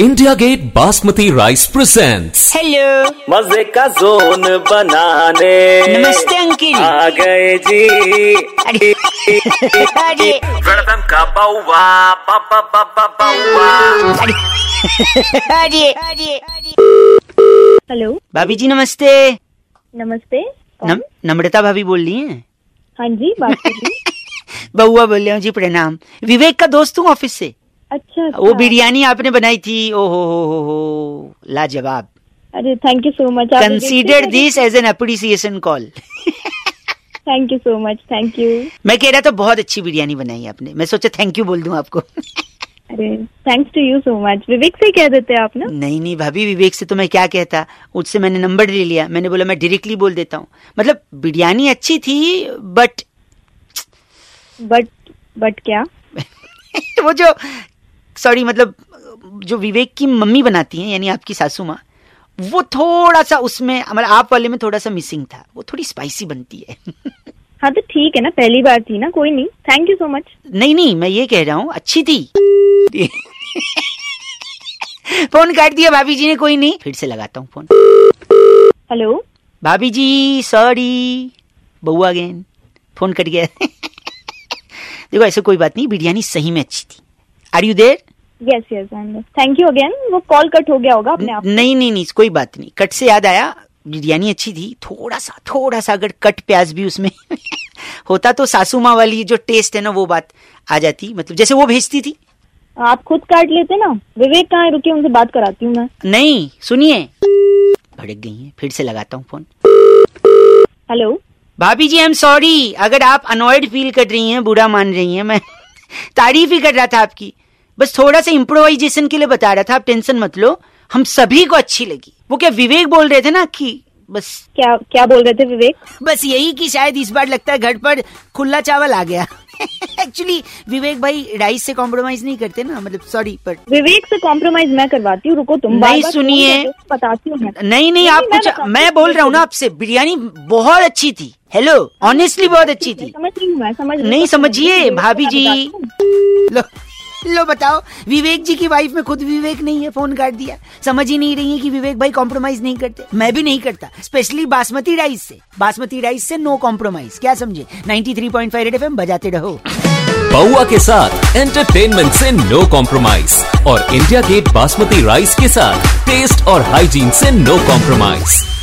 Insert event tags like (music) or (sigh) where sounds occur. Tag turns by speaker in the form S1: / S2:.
S1: India Gate basmati rice presents
S2: hello
S3: मजे का zone बनाने
S2: नमस्ते अंकिल
S3: आ गए जी
S2: अरे अरे
S3: गणतम का बउआ बाबा बाबा बउआ
S2: अरे अरे
S4: हेलो
S2: भाभी जी नमस्ते
S4: नमस्ते कौन?
S2: नम, नम्रता भाभी बोल रही हैं
S4: हाँ जी बात कर
S2: (laughs)
S4: रही हूँ।
S2: बउआ बोल रहा हूँ जी प्रणाम विवेक का दोस्त हूँ ऑफिस से
S4: अच्छा अच्छा
S2: वो बिरयानी आपने बनाई थी ओ हो हो हो हो लाजवाब
S4: अरे thank you so much
S2: consider this as an appreciation (laughs) call
S4: thank you so much thank you
S2: मैं कह रहा था बहुत अच्छी बिरयानी बनाई आपने मैं सोचा थैंक यू बोल दूं आपको
S4: अरे thanks to you so much Vivek से कह देते हैं आप ना
S2: नहीं नहीं भाभी विवेक से तो मैं क्या कहता उससे मैंने नंबर ले लिया मैंने बोला मैं डायरेक्टली बोल देता हूँ मतलब बिरयानी अच्छी थी बट
S4: बट बट क्या
S2: (laughs) वो जो सॉरी मतलब जो विवेक की मम्मी बनाती हैं यानी आपकी सासू माँ वो थोड़ा सा उसमें मतलब आप वाले में थोड़ा सा मिसिंग था वो थोड़ी स्पाइसी बनती है (laughs)
S4: हाँ तो ठीक है ना पहली बार थी ना कोई नहीं थैंक यू सो मच
S2: नहीं नहीं मैं ये कह रहा हूँ अच्छी थी (laughs) फोन काट दिया भाभी जी ने कोई नहीं फिर से लगाता हूँ फोन
S4: हेलो
S2: भाभी ji sorry Baua again phone cut गया (laughs) देखो ऐसे कोई बात नहीं बिरयानी सही में अच्छी थी are you there
S4: yes yes thank you again वो कॉल कट हो गया होगा अपने आप
S2: नहीं नहीं नहीं कोई बात नहीं कट से याद आया बिरयानी अच्छी थी थोड़ा सा थोड़ा सा अगर कट प्याज भी उसमें (laughs) होता तो सासू माँ वाली जो टेस्ट है ना वो बात आ जाती मतलब जैसे वो भेजती थी
S4: आप खुद काट लेते ना विवेक कहाँ है रुकिए उनसे बात कराती हूँ मैं
S2: नहीं सुनिए भड़क गई है फिर से लगाता हूँ फोन
S4: हेलो
S2: भाभी जी आई एम सॉरी अगर आप अनॉयड फील कर रही हैं बुरा मान रही हैं मैं (laughs) तारीफ ही कर रहा था आपकी बस थोड़ा सा इम्प्रोवाइजेशन के लिए बता रहा था आप टेंशन मत लो हम सभी को अच्छी लगी वो क्या विवेक बोल रहे थे ना कि बस
S4: क्या क्या बोल रहे थे विवेक
S2: बस यही कि शायद इस बार लगता है घर पर खुला चावल आ गया (laughs) एक्चुअली विवेक भाई राइस से कॉम्प्रोमाइज नहीं करते ना मतलब सॉरी पर
S4: विवेक से कॉम्प्रोमाइज मैं करवाती हूँ रुको तुम
S2: नहीं,
S4: बार-बार
S2: सुनिए।
S4: फोन करके बताती हूँ मैं।
S2: नहीं नहीं आप
S4: मैं
S2: कुछ
S4: बताती
S2: मैं
S4: हूँ,
S2: बोल रहा हूँ ना आपसे बिरयानी बहुत अच्छी थी हेलो ऑनेस्टली बहुत अच्छी
S4: मैं
S2: थी
S4: समझ रही हूँ मैं समझ रही
S2: नहीं
S4: हूँ।
S2: समझिए
S4: मैं
S2: भाभी जी
S4: बताती हूँ।
S2: लो लो बताओ विवेक जी की वाइफ में खुद विवेक नहीं है फोन काट दिया समझ ही नहीं रही है कि विवेक भाई कॉम्प्रोमाइज नहीं करते मैं भी नहीं करता स्पेशली बासमती राइस से बासमती राइस से नो कॉम्प्रोमाइज क्या समझे 93.5 थ्री पॉइंट फाइव बजाते रहो
S1: बउआ के साथ एंटरटेनमेंट से नो कॉम्प्रोमाइज और इंडिया गेट बासमती राइस के साथ टेस्ट और हाइजीन से नो कॉम्प्रोमाइज